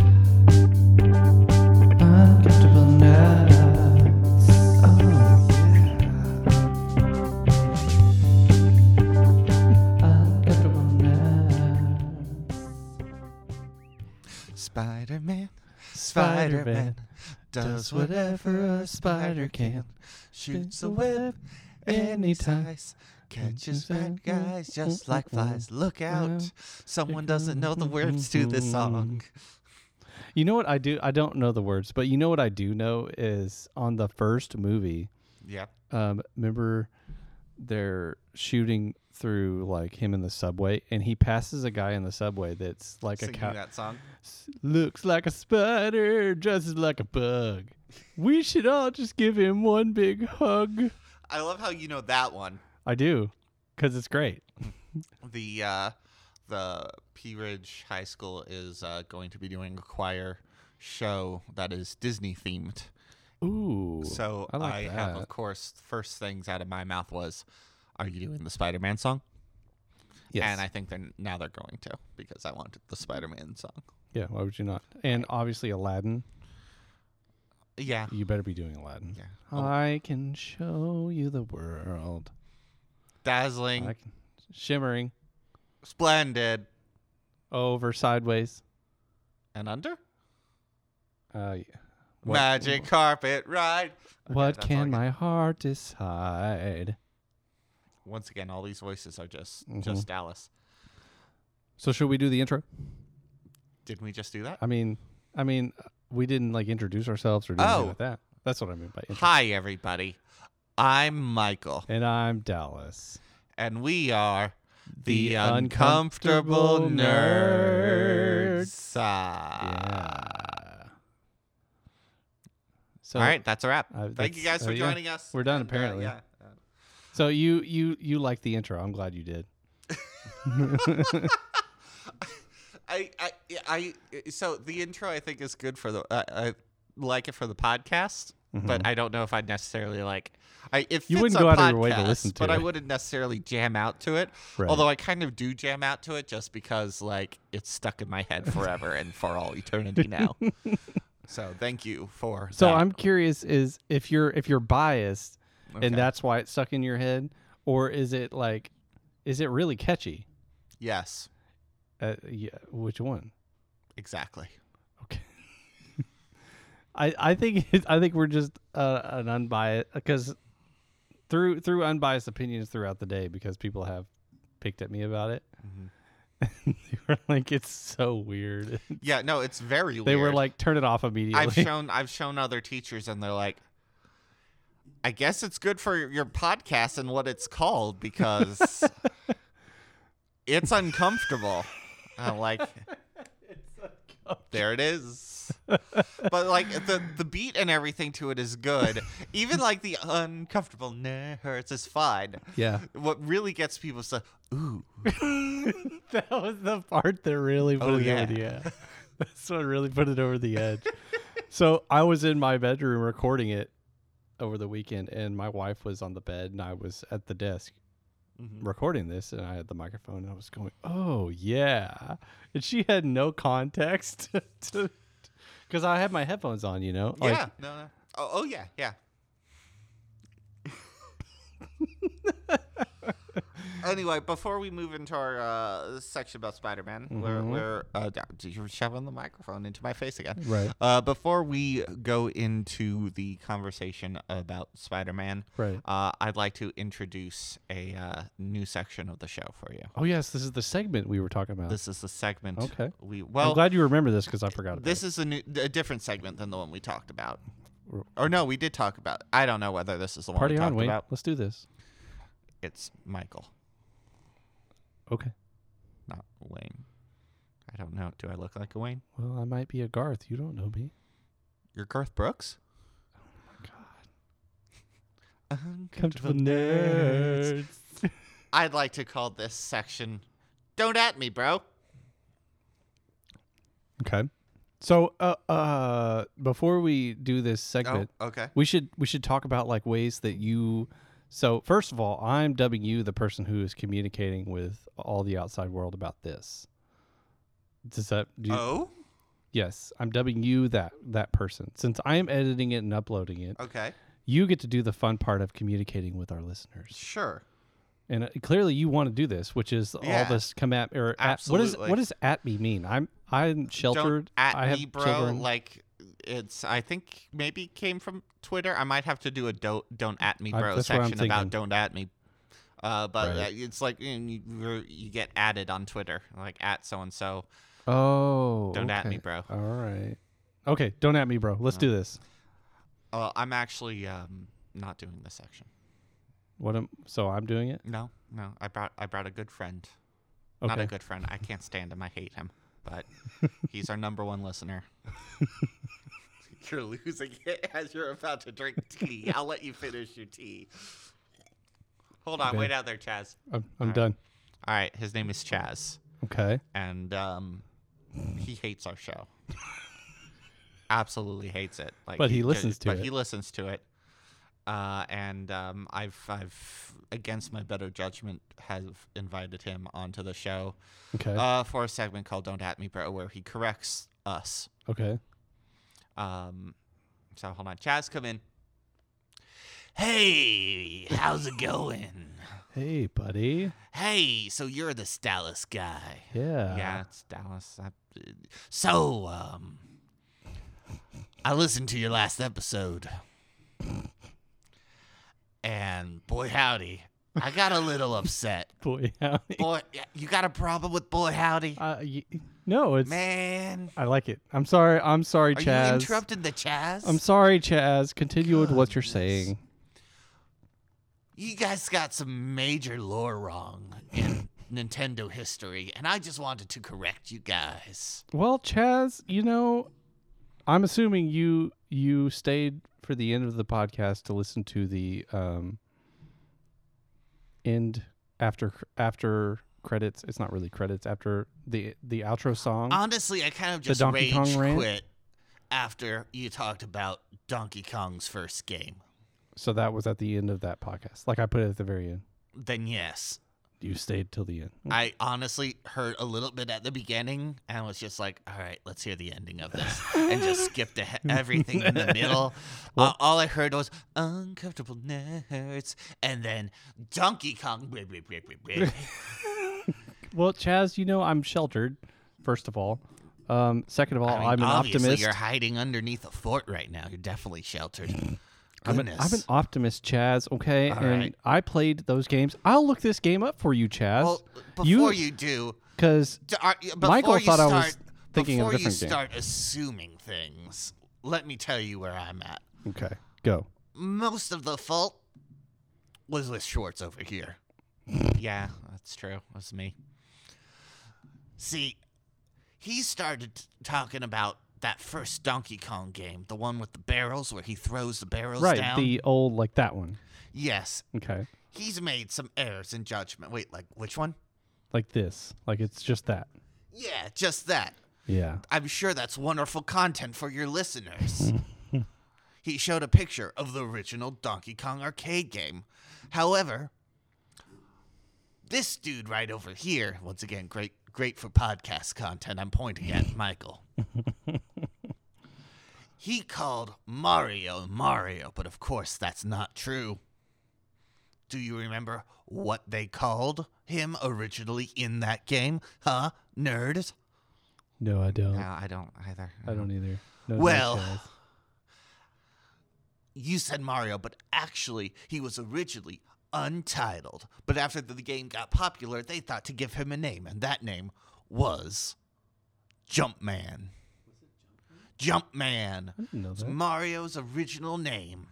Oh, Spider Man, Spider Man does whatever a spider can. Shoots a web and he ties. Catches bad guys just like flies. Look out. Someone doesn't know the words to this song. You know what I do? I don't know the words, but you know what I do know is on the first movie. Yep. Um, remember, they're shooting through like him in the subway, and he passes a guy in the subway that's like a Singing cow. that song. S- looks like a spider, dresses like a bug. We should all just give him one big hug. I love how you know that one. I do, because it's great. The uh, the P Ridge High School is uh, going to be doing a choir show that is Disney themed. Ooh. So I, I like have, that. of course, first things out of my mouth was, "Are you doing the Spider-Man song?" yes. And I think they're now they're going to because I wanted the Spider-Man song. yeah, why would you not? And obviously, Aladdin. Yeah, You better be doing Aladdin. yeah. I can show you the world. Dazzling, I can, shimmering splendid, over sideways. and under Uh, yeah. What- magic carpet ride. Okay, What that's all can I got. my heart decide? Once again, all these voices are just Mhm. just Alice. So should we do the intro? Didn't we just do that? I mean, I mean, we didn't like introduce ourselves or do anything Oh. like that. That's what I mean by intro. Hi, everybody. I'm Michael, And I'm Dallas. and we are the, The uncomfortable, Uncomfortable nerds. Ah. yeah. So Uh, All right, that's a wrap. Uh, Thank you that's- guys for uh, yeah. joining us. We're done, And, uh, apparently. yeah. Uh, So you you you like the intro? I'm glad you did. I, I, I, I- so the intro I think is good for the. Uh, I like it for the podcast, but I don't know if I'd necessarily like. I it fits Mm-hmm. You wouldn't on go out of your way to podcasts, listen to but I it. wouldn't necessarily jam out to it. Right. Although I kind of do jam out to it, just because like it's stuck in my head forever and for all eternity now. so thank you for. So that. I'm curious: is if you're if you're biased, Okay. and that's why it's stuck in your head, or is it like, is it really catchy? yes, Uh, yeah, which one? exactly. Okay. I I think it's, I think we're just uh, an unbiased because through through unbiased opinions throughout the day because people have picked at me about it. Mm-hmm. they were like, "It's so weird." Yeah, no, it's very. they were weird. like, "Turn it off immediately." I've shown I've shown other teachers and they're like I guess it's good for your podcast and what it's called because it's uncomfortable. I'm like there it is. But like the the beat and everything to it is good. Even like the uncomfortable nerds is fine. yeah, What really gets people to ooh that was the part that really put Oh, it yeah. over the edge. That's what really put it over the edge. so I was in my bedroom recording it over the weekend, and my wife was on the bed, and I was at the desk Mm-hmm. recording this, and I had the microphone, and I was going, "Oh yeah," and she had no context to. Because I had my headphones on, you know. Like, yeah no, no. Oh, oh yeah yeah. anyway, before we move into our uh, section about Spider-Man, we're, Mm-hmm. we're uh, da- you're shoving the microphone into my face again. Right. Uh, before we go into the conversation about Spider-Man, Right. uh, I'd like to introduce a uh, new section of the show for you. Oh yes, this is the segment we were talking about. This is the segment. Okay. We I'm well, glad you remember this because I forgot about this is a new, a different segment than the one we talked about. Or no, we did talk about. I don't know whether this is the it. one Party we on, talked Wayne. about. Let's do this. It's Michael, Okay. not Wayne. I don't know. Do I look like a Wayne? Well, I might be a Garth. You don't know me. You're Garth Brooks. Oh Oh Comfortable nerds. I'd like to call this section "Don't at me, bro." Okay. So, uh, uh, before we do this segment, Oh, okay. we should we should talk about like ways that you. So, first of all, I'm dubbing you the person who is communicating with all the outside world about this. Does that do? You, Oh, yes, I'm dubbing you that that person. Since I am editing it and uploading it, okay. you get to do the fun part of communicating with our listeners. Sure. And uh, clearly, you want to do this, which is Yeah. all this come at or at, what is Absolutely. what does at me mean? I'm I'm sheltered. Don't at I have me, bro. children. Like it's. I think maybe came from Twitter. I might have to do a don't don't at me, I- bro that's what I'm section about thinking. don't at me. Uh, but Right. uh, it's like you, know, you, you're- you get added on Twitter, like at so and so. oh, Don't at okay. me, bro. All right, okay. Don't at me, bro. Let's do this. Uh, I'm actually um, not doing this section. What am so I'm doing it? No, no. I brought I brought a good friend. Okay. Not a good friend. I can't stand him. I hate him. But he's our number one listener. You're losing it as you're about to drink tea. I'll let you finish your tea. Hold on, Okay. wait out there, Chaz. I'm, I'm All right. done. All right, his name is Chaz, Okay. and um, he hates our show. Absolutely hates it. Like, But he ju- listens to but it. he listens to it. Uh, and um, I've, I've, against my better judgment, have invited him onto the show Okay. uh, for a segment called "Don't At Me, Bro," where he corrects us. okay. Um, so hold on, Chaz, come in. Hey, how's it going? Hey, buddy. Hey, so you're this Dallas guy? Yeah. yeah, it's Dallas. I, so, um, I listened to your last episode, and boy howdy, I got a little upset. Boy, howdy. Boy, you got a problem with boy howdy, Uh, y- no, it's. man? I like it. I'm sorry. I'm sorry, Are Chaz. you interrupting the Chaz? I'm sorry, Chaz. Continue with what you're Goodness. saying. you guys got some major lore wrong in Nintendo history, and I just wanted to correct you guys. Well, Chaz, you know, I'm assuming you you stayed for the end of the podcast to listen to the um end after after credits. It's not really credits after the the outro song. Honestly, I kind of just Donkey rage Kong rant? quit after you talked about Donkey Kong's first game. so that was at the end of that podcast. Like I put it at the very end. Then yes, You stayed till the end. I honestly heard a little bit at the beginning and was just like, "All right, let's hear the ending of this," and just skipped ahe- everything in the middle. all, all I heard was "uncomfortable nerds" and then Donkey Kong. bleh, bleh, bleh, bleh, bleh. Well, Chaz, you know I'm sheltered. First of all, um, second of all, I mean, I'm an obviously optimist. You're hiding underneath a fort right now. You're definitely sheltered. I'm an, Goodness. I'm an optimist, Chaz. Okay, All and right. I played those games. I'll look this game up for you, Chaz. well, before you, do, because d- are, before Michael you thought I start, was thinking of a before you different game. start assuming things, let me tell you where I'm at. okay, go. most of the fault was with Schwartz over here. yeah, that's true. That's me. See, he started talking about that first Donkey Kong game, the one with the barrels where he throws the barrels Right, down. the old like that one. Yes, Okay, he's made some errors in judgment. Wait, like which one? like this. Like it's just that. Yeah, just that. Yeah. I'm sure that's wonderful content for your listeners. he showed a picture of the original Donkey Kong arcade game. However, this dude right over here, once again, great great for podcast content. I'm pointing at Michael. he called Mario Mario, but of course that's not true. Do you remember what they called him originally in that game? Huh? Nerds? No, I don't. No, I don't either. I don't either. No, thanks, Well, Chaz. You said Mario, but actually, he was originally untitled. But after the game got popular, they thought to give him a name, and that name was Jumpman. Jumpman I didn't know was that. Mario's original name.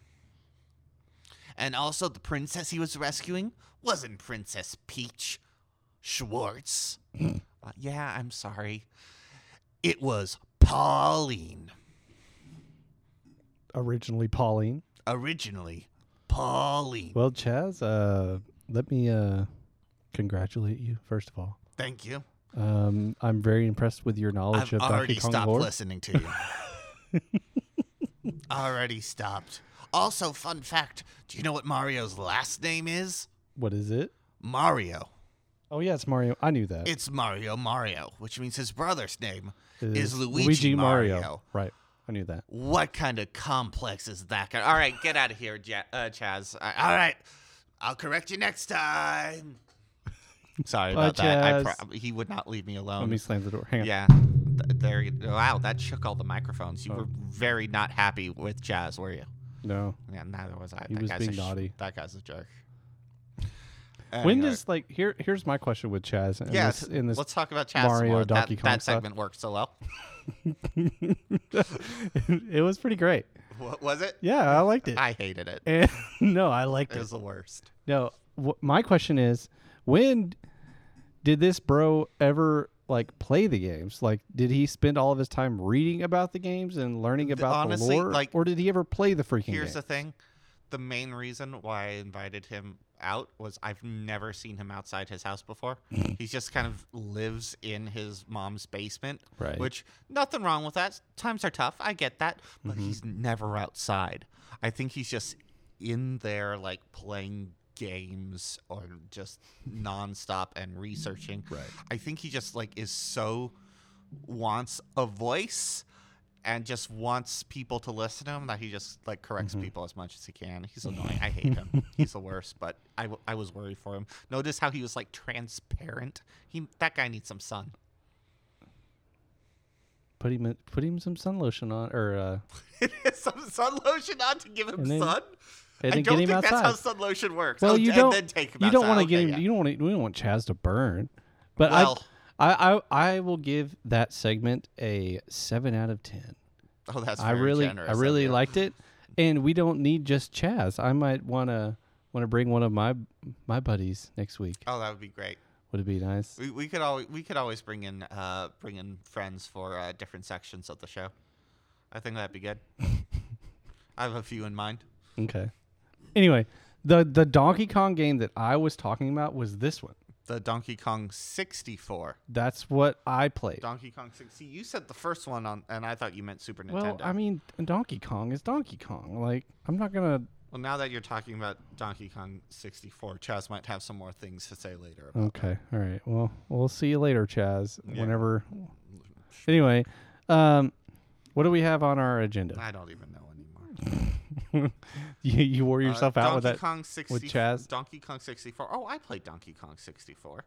And also, the princess he was rescuing wasn't Princess Peach Schwartz. Uh, yeah, I'm sorry. It was Pauline. Originally Pauline. originally Pauline. Well, Chaz, uh, let me uh, congratulate you first of all. Thank you. Um, I'm very impressed with your knowledge I've of already Donkey Kong stopped lore. listening to you. already stopped. Also, fun fact do you know what Mario's last name is? What is it? Mario. Oh yeah, it's Mario. I knew that. It's Mario Mario, which means his brother's name It is Luigi Mario. Right. I knew that. What kind of complex is that? guy? All right, get out of here, ja- uh, Chaz. Uh, All right, I'll correct you next time. Sorry Bye, about that. I Chaz. pro- he would not leave me alone. Let me slam the door. Hang on. Um, Yeah. Th- There. you- Wow, that shook all the microphones. You Oh. were very not happy with Jazz, were you? No. Yeah, neither was I. He was guy's being a sh- naughty. That guy's a jerk. When Anyway. does like here? Here's my question with Chaz. In yeah? this, t- in this let's talk about Chaz Mario more. That- Donkey Kong that stuff. segment worked so well. it was pretty great. What was it? Yeah, I liked it. I hated it. and, no, I liked It it. was the worst. No, wh- my question is, when did this bro ever like play the games? Like, did he spend all of his time reading about the games and learning about honestly, the lore, like, or did he ever play the freaking Here's game? the thing. The main reason why I invited him out was I've never seen him outside his house before. Mm. he just kind of lives in his mom's basement, Right. which nothing wrong with that. Times are tough. I get that, but he's never outside. I think he's just in there like playing games or just nonstop and researching. Right. I think he just like is so wants a voice and just wants people to listen to him that he just like corrects people as much as he can. He's annoying. I hate him. He's the worst, but I, w- I was worried for him. Notice how he was like transparent. He that guy needs some sun. put him in, put him some sun lotion on, or uh, some sun lotion on to give him And then- sun. and I then don't get him think that's how outside. sun lotion works. Well, oh, you and don't. then take him you don't outside. want to get Okay, him. yeah. You don't want. We don't want Chaz to burn. But Well- I, I, I, I will give that segment a seven out of ten. Oh, that's I very really, generous I of really you. liked it. And we don't need just Chaz. I might want to want to bring one of my my buddies next week. Oh, that would be great. Would it be nice? We, we could always we could always bring in uh bring in friends for uh, different sections of the show. I think that'd be good. I have a few in mind. Okay. Anyway, the the Donkey Kong game that I was talking about was this one. The Donkey Kong 64. That's what I played. Donkey Kong 60. You said the first one on and I thought you meant Super Well, Nintendo. I mean, Donkey Kong is Donkey Kong. Like, I'm not gonna. well, now that you're talking about Donkey Kong 64, Chaz might have some more things to say later. about Okay. All right. Well, we'll see you later, Chaz. Yeah. Whenever. Anyway, um, what do we have on our agenda? I don't even know anymore. you, you wore Uh, yourself out with Donkey that. Kong 60, Chaz? Donkey Kong 64. Oh, I played Donkey Kong 64.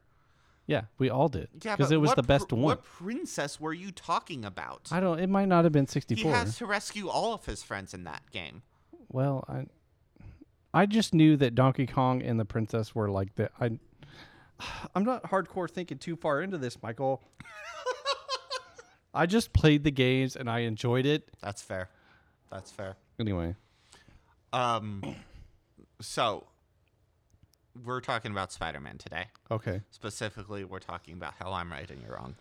Yeah, we all did. Yeah, because but it was what the best pr- one. What princess were you talking about? I don't. It might not have been He 64. has to rescue all of his friends in that game. Well, I, I just knew that Donkey Kong and the princess were like the. I, I'm not hardcore thinking too far into this, Michael. I just played the games and I enjoyed it. That's fair. That's fair. Anyway, Um, so we're talking about Spider-Man today. okay. Specifically, we're talking about how I'm right and you're wrong.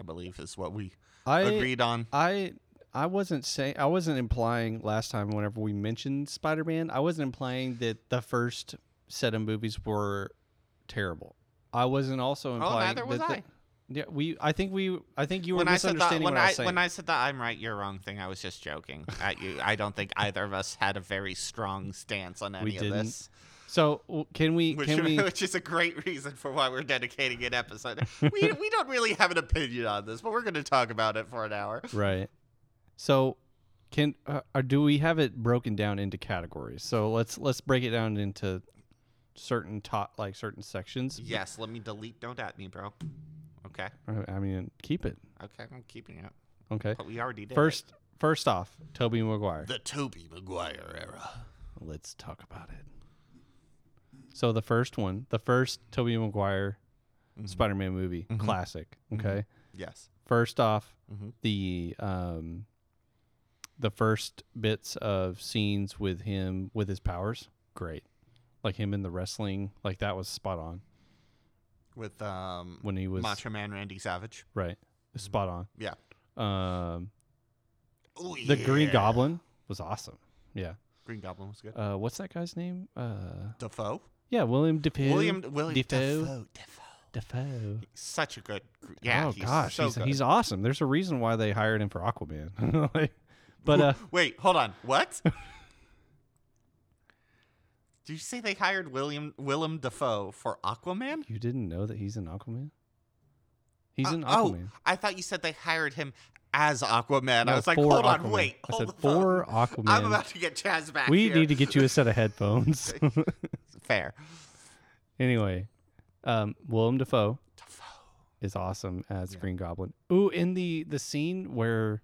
I believe is what we I agreed on. I I wasn't saying I wasn't implying last time whenever we mentioned Spider Man, I wasn't implying that the first set of movies were terrible. I wasn't also implying Oh, neither was that the- I. yeah, we I think we I think you were When I said that, misunderstanding when what I I was saying. when I said that I'm right, you're wrong thing, I was just joking at you. I don't think either of us had a very strong stance on any we of didn't. this. So w- can we which, can we which is a great reason for why we're dedicating an episode. we, we don't really have an opinion on this, but we're going to talk about it for an hour. right? So can uh, or do we have it broken down into categories? So let's let's break it down into certain top like certain sections. Yes, let me delete. Don't at me, bro. Okay, I I mean, keep it okay, I'm keeping it. okay. But we already did it. First, first off, Toby Maguire. the Toby Maguire era. Let's talk about it. So the first one, the first Toby Maguire Mm-hmm. Spider-Man movie, classic. Okay. Yes. First off, Mhm. the um, the first bits of scenes with him with his powers, great. Like him in the wrestling, like that was spot on With um, when he was Macho Mm-hmm. Man Randy Savage. right, spot on. Yeah. Um, Ooh, the Green yeah. Goblin was awesome. Yeah. Green Goblin was good. Uh, what's that guy's name? Uh, Defoe. yeah, William Defoe. William William Defoe. Defoe. Defoe. Defoe. Such a good. Yeah. oh he's gosh, so he's, good. he's awesome. There's a reason why they hired him for Aquaman. Like, but uh, Wait, hold on. What? Did you say they hired William Willem Dafoe for Aquaman? you didn't know that he's in Aquaman. He's Uh, in oh, Aquaman. I thought you said they hired him as Aquaman. No, I was like, for hold on, Aquaman. wait, I hold said the phone. for Aquaman. I'm about to get Chaz back. we here. need to get you a set of headphones. Fair. Anyway, um, Willem Dafoe Defoe. is awesome as Yeah. Green Goblin. Ooh, in the the scene where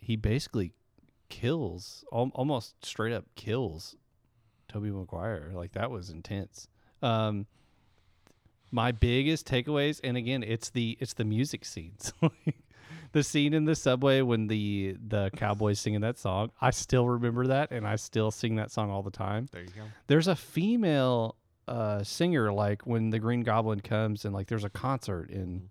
he basically kills, al- almost straight up kills Toby Maguire. Like that was intense. Um, my biggest takeaways, and again, it's the it's the music scenes. Like, the scene in the subway when the the cowboys singing that song, I still remember that, and I still sing that song all the time There you go. there's a female uh, singer like when the Green Goblin comes and like there's a concert and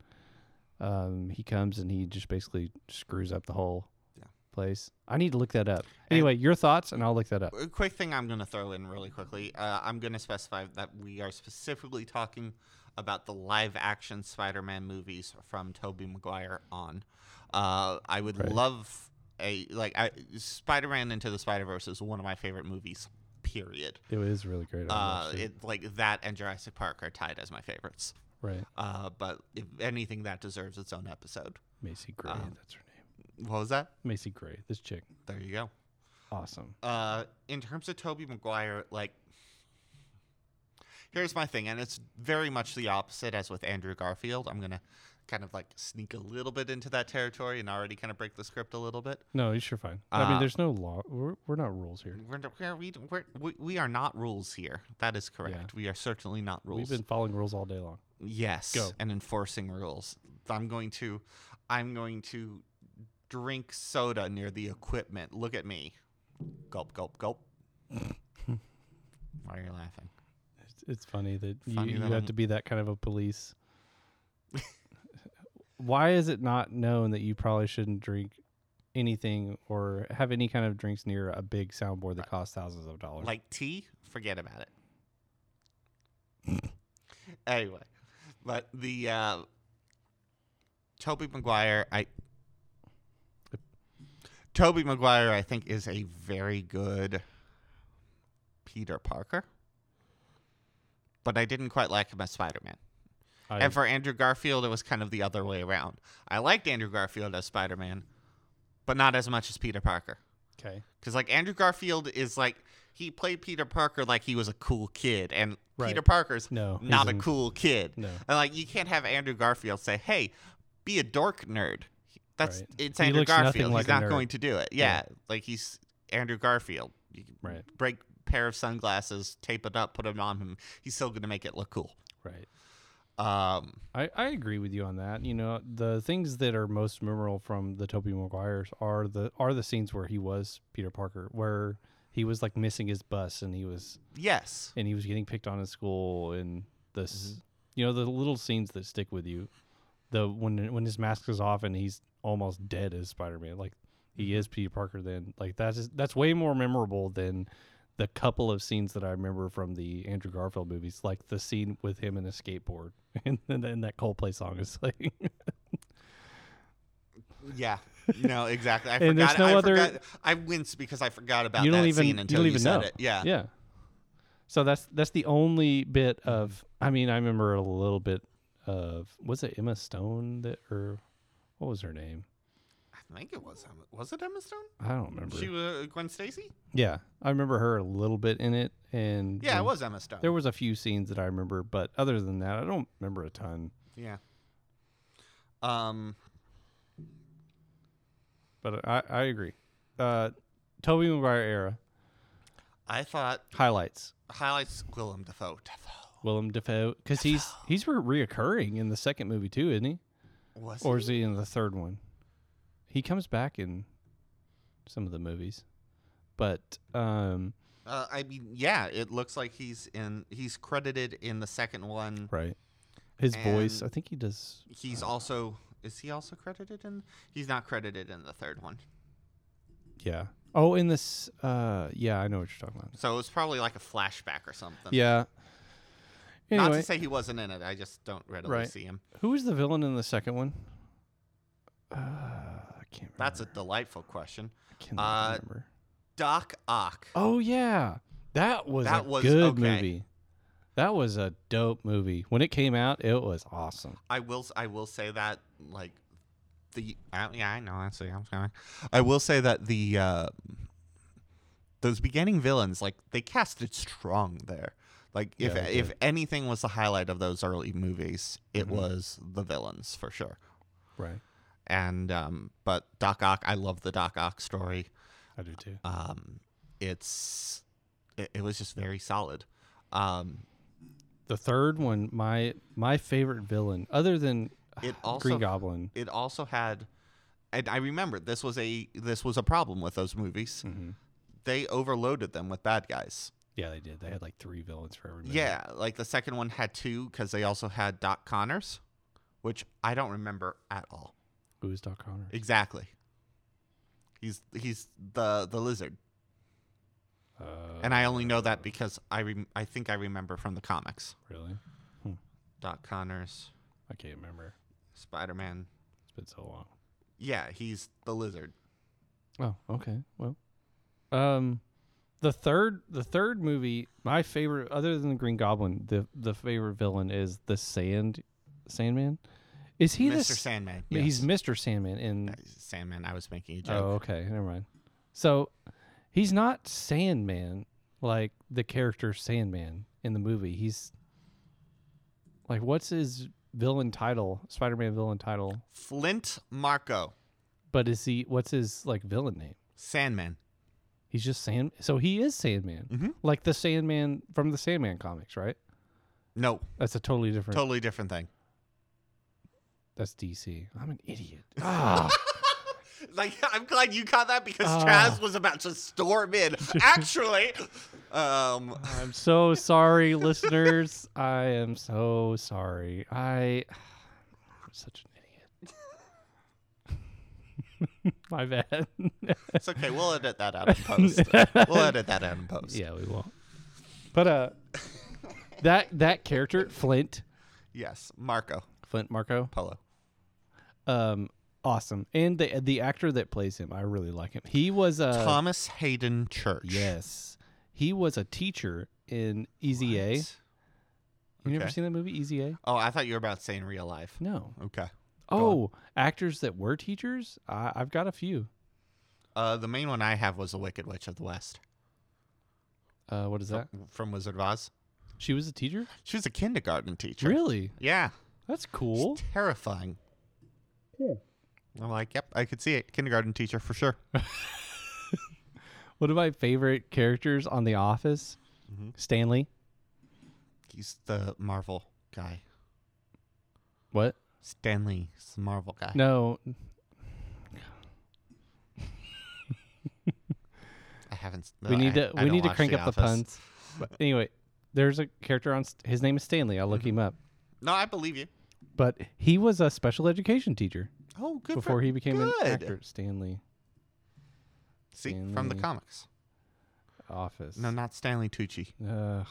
Mm-hmm. um, he comes and he just basically screws up the whole Yeah. place. I need to look that up. Anyway, your thoughts and I'll look that up. A quick thing I'm going to throw in really quickly. Uh, I'm going to specify that we are specifically talking about the live action Spider Man movies from Tobey Maguire on. Uh, I would Right. love a, like, Spider Man Into the Spider Verse is one of my favorite movies, period. It was really great. I Uh, watched it. it, like, that and Jurassic Park are tied as my favorites. right. Uh, but if anything, that deserves its own episode. Macy Gray. um, that's her name. What was that? Macy Gray. This chick. There you go. Awesome. uh, in terms of Toby Maguire, like here's my thing, and it's very much the opposite as with Andrew Garfield. I'm gonna kind of like sneak a little bit into that territory and already kind of break the script a little bit. No, you're sure fine. I mean, Uh, there's no law. We're, we're not rules here. We're, we're, we, we're, we we are not rules here. That is correct. We are certainly not rules. We've been following rules all day long. Yes. Go. And enforcing rules. I'm going to I'm going to drink soda near the equipment. Look at me. Gulp, gulp, gulp. Why are you laughing? It's, it's funny that Funny you, you that I'm- have to be that kind of a police. Why is it not known that you probably shouldn't drink anything or have any kind of drinks near a big soundboard that costs thousands of dollars? Like tea? Forget about it. anyway, but the uh, Toby Maguire, I Toby Maguire, I think is a very good Peter Parker, but I didn't quite like him as Spider Man. I- And for Andrew Garfield, it was kind of the other way around. I liked Andrew Garfield as Spider Man, but not as much as Peter Parker. okay. Because like Andrew Garfield is like he played Peter Parker like he was a cool kid, and Right. Peter Parker's No, he not a isn't. cool kid. No. And like you can't have Andrew Garfield say, "Hey, be a dork nerd." That's Right. it's He Andrew looks nothing Garfield. like he's a not nerd. going to do it. Yeah, like he's Andrew Garfield. You can Right. break pair of sunglasses, tape it up, put it on him. He's still going to make it look cool. Right. Um, I, I agree with you on that. You know, the things that are most memorable from the Toby Maguire's are the are the scenes where he was Peter Parker, where he was like missing his bus and he was yes, and he was getting picked on at school and this you know the little scenes that stick with you the when when his mask is off and he's almost dead as spider-man like he is peter parker then like that's just- that's way more memorable than the couple of scenes that i remember from the andrew garfield movies like the scene with him and a skateboard and then and that coldplay song is like yeah. No, exactly. I And there's forgot. no I other- forgot. I winced because I forgot about you don't that even scene you until don't even said know it. Yeah. yeah so that's that's the only bit of i mean i remember a little bit of was it emma stone that or what was her name I think it was Emma. Was it Emma Stone? i don't remember She was Gwen Stacy. yeah i remember her a little bit in it and Yeah, there- it was Emma Stone. there was a few scenes that i remember but other than that i don't remember a ton yeah. Um. but i i agree uh toby mcguire era I thought highlights highlights Willem Dafoe. Dafoe. willem dafoe because he's he's re- reoccurring in the second movie too isn't he Was Or he? is he in the third one? He comes back in some of the movies. But um Uh, I mean, yeah. It looks like he's in. He's credited in the second one. right. His voice, And- I think he does He's also. Is he also credited in? He's not credited in the third one. yeah. Oh, in this uh yeah, I know what you're talking about. So it was probably like a flashback or something. Yeah. Not Anyway, to say he wasn't in it. I just don't readily Right. see him. who was the villain in the second one? Uh, I can't remember. That's a delightful question. I cannot uh, remember. Doc Ock. Oh yeah, that was That a was good okay. movie. That was a dope movie. When it came out, it was awesome. I will I will say that like the I, yeah I know I see I'm sorry. I will say that the uh, those beginning villains like they casted strong there. Like if Yeah, they if did. anything was the highlight of those early movies, it Mhm. was the villains for sure. Right. And um, but Doc Ock, I love the Doc Ock story. I do too. Um, it's it, it was just very solid. Um, The third one, my my favorite villain, other than It also- Green Goblin. it also had, and I remember this was a this was a problem with those movies. Mhm. They overloaded them with bad guys. Yeah, they did. They had like three villains for every movie. Yeah, like the second one had two because they also had Doc Connors, which I don't remember at all. Who is Doc Connor? Exactly. He's he's the the lizard, Uh, and I only know that because I rem- I think I remember from the comics. really, Doc Connors, I can't remember. Spider Man. It's been so long. Yeah, he's the lizard. Oh, okay. Well, um, the third the third movie, my favorite, other than the Green Goblin, the the favorite villain is the Sand Sandman. Is he the Mr. s- Sandman. I mean, He's yes. Mr. Sandman in. Uh, Sandman. I was making a joke. Oh, okay. Never mind. So he's not Sandman like the character Sandman in the movie. He's like what's his villain title? Spider-Man villain title. Flint Marco, But is he? What's his like villain name? Sandman. He's just Sand. So he is Sandman, Mhm. like the Sandman from the Sandman comics, right? No, That's a totally different. totally different thing. that's DC. I'm an idiot. Ah, Like, I'm glad you caught that because Ah. Chaz was about to storm in. Actually, um, I'm so sorry, listeners. I am so sorry. I, I'm such an idiot. My bad. it's okay. We'll edit that out in post. we'll edit that out in post. yeah, we won't. But uh, that that character Flint, Yes, Marco Flint Marco, Polo. um awesome and the the actor that plays him i really like him he was a Thomas Hayden Church. yes he was a teacher in easy a you never Okay. seen that movie easy a Oh, I thought you were about saying real life. no Okay. Go oh actors that were teachers I, i've got a few Uh, the main one I have was the Wicked Witch of the West uh what is that from Wizard of Oz. she was a teacher She was a kindergarten teacher. really Yeah. that's cool It's terrifying. I'm like, yep, I could see it. Kindergarten teacher for sure. one of my favorite characters on the office Mm-hmm. stanley He's the Marvel guy. what Stanley is the Marvel guy. no I haven't. we need I- to I we don't need to watch crank The up the Office. puns but anyway there's a character on st- his name is stanley i'll look Mm-hmm. him up No, I believe you. but he was a special education teacher Oh, good. for- before he became good. an actor. Stanley See, from the Stanley. comics. Office. No, not Stanley Tucci. Ugh.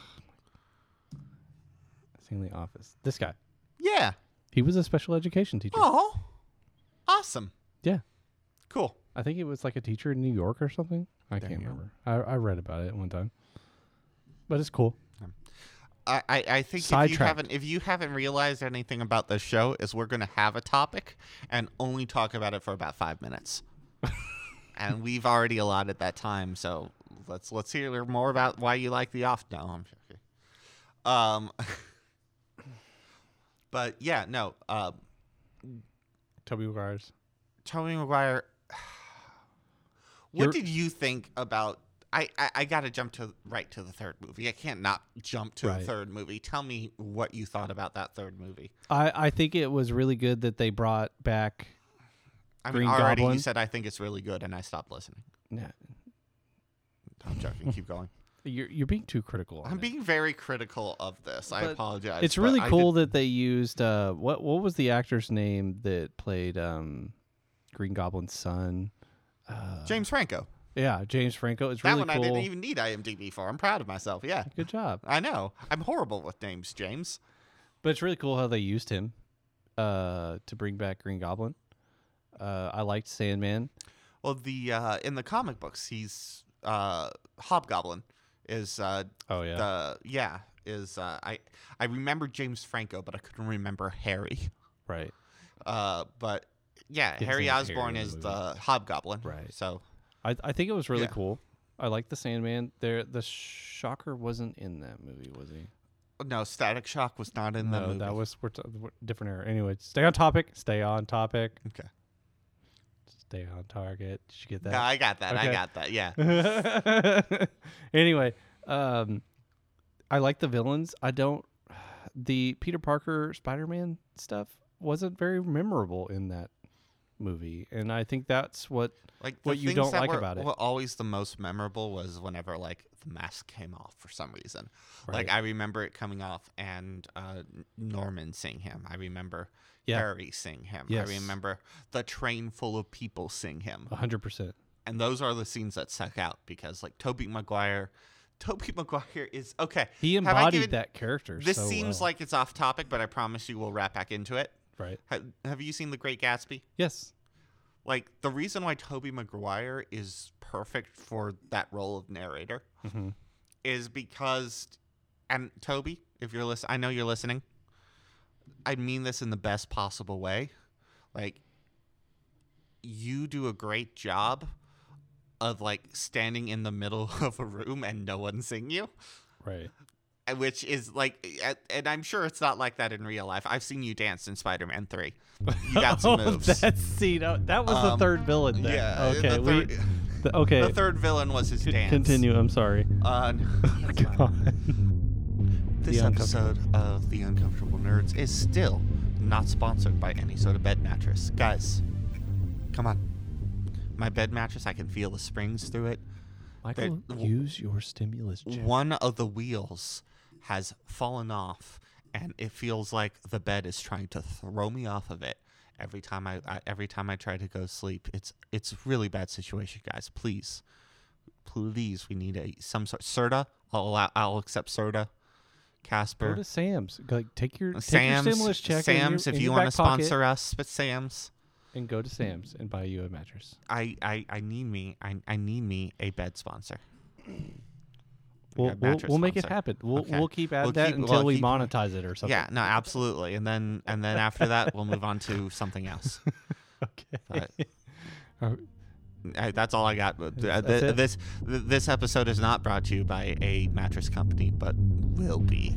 Stanley Office. This guy. Yeah. He was a special education teacher. Oh, awesome. Yeah, Cool. I think it was like a teacher in New York or something. I There can't you go. remember. I, I read about it one time, but it's cool. I, I, I think if you Sidetracked. haven't if you haven't realized anything about this show is we're gonna have a topic and only talk about it for about five minutes. and we've already allotted that time, so let's let's hear more about why you like the off now. I'm joking. Um But yeah, no, uh Toby Maguire's. Toby Maguire What You're- did you think about I, I, I gotta jump to right to the third movie. I can't not jump to Right. the third movie. Tell me what you thought about that third movie. I I think it was really good that they brought back. I Green mean, already Goblin. you said I think it's really good, and I stopped listening. Nah, I'm joking. Keep going. You're you're being too critical. on I'm it. being very critical of this. I But apologize. It's but really I cool did- that they used uh, what what was the actor's name that played um, Green Goblin's son? Uh, James Franco. yeah, James Franco. It's That really one cool. I didn't even need IMDb for. I'm proud of myself. Yeah, Good job. I know. I'm horrible with names, James. But it's really cool how they used him uh, to bring back Green Goblin. Uh, I liked Sandman. Well, the uh, in the comic books, he's uh, Hobgoblin. Is uh, Oh yeah, the yeah is uh, I I remember James Franco, but I couldn't remember Harry. right. Uh, but yeah, his Harry name's Harry Osborn in the is movie. the Hobgoblin. Right. So I I think it was really Yeah. cool. I like the Sandman. There, the Shocker wasn't in that movie, was he? No, Static Shock was not in that no, movie. that was we're t- we're- different era. Anyway, stay on topic. Stay on topic. okay. Stay on target. Did you get no, that? I got that. I okay. got that. Yeah. anyway, um, I like the villains. I don't. The Peter Parker Spider Man stuff wasn't very memorable in that movie, and I think that's what Like What the you things don't that like were, about it. were always the most memorable was whenever like the mask came off for some reason. Like Right. I remember it coming off and uh, Norman seeing him. I remember Yeah. Harry seeing him. Yes. Uh, I remember the train full of people seeing him. hundred percent. and those are the scenes that stuck out because like Toby Maguire, Toby Maguire is okay. He have I embodied given- that character. This so seems well. like it's off topic, but I promise you we'll wrap back into it. right. Have, have you seen The Great Gatsby? Yes, Like the reason why Toby Maguire is perfect for that role of narrator Mhm. is because, and Toby, if you're listening, I know you're listening. I mean this in the best possible way. Like, you do a great job of like standing in the middle of a room and no one's seeing you, right. uh, which is like, a- and I'm sure it's not like that in real life. I've seen you dance in Spider Man 3. You got some Oh, moves. that scene. oh, that was the Um, third villain. Then. Yeah. Okay. The we, third, th- okay. the third villain was his c- dance. Continue. I'm sorry. Uh, Oh, God. This The episode of The Uncomfortable Nerds is still not sponsored by any sort of bed mattress. Guys, come on. My bed mattress, I can feel the springs through it. Michael, w- use your stimulus check. One of the wheels has fallen off, and it feels like the bed is trying to throw me off of it. Every time I, I every time I try to go sleep, it's it's really bad situation, guys. Please, please, we need a some sort Serta. I'll allow, I'll accept Serta. Casper, Go to Sam's. Go, take your, take your Sam's, stimulus check. in your- Sam's, in if you your want to back pocket sponsor us, but Sam's, and go to Sam's and buy you a mattress. I, I, I need me, I, I need me a bed sponsor. We'll, a we'll, mattress we'll make it sponsor. happen. We'll, Okay. we'll keep at We'll that keep- until we'll we keep- monetize it or something. Yeah, no, absolutely, and then and then after that, we'll move on to something else. Okay. Are- I, that's all I got. But, uh, That's- th- that's it. this th- this episode is not brought to you by a mattress company, but will be.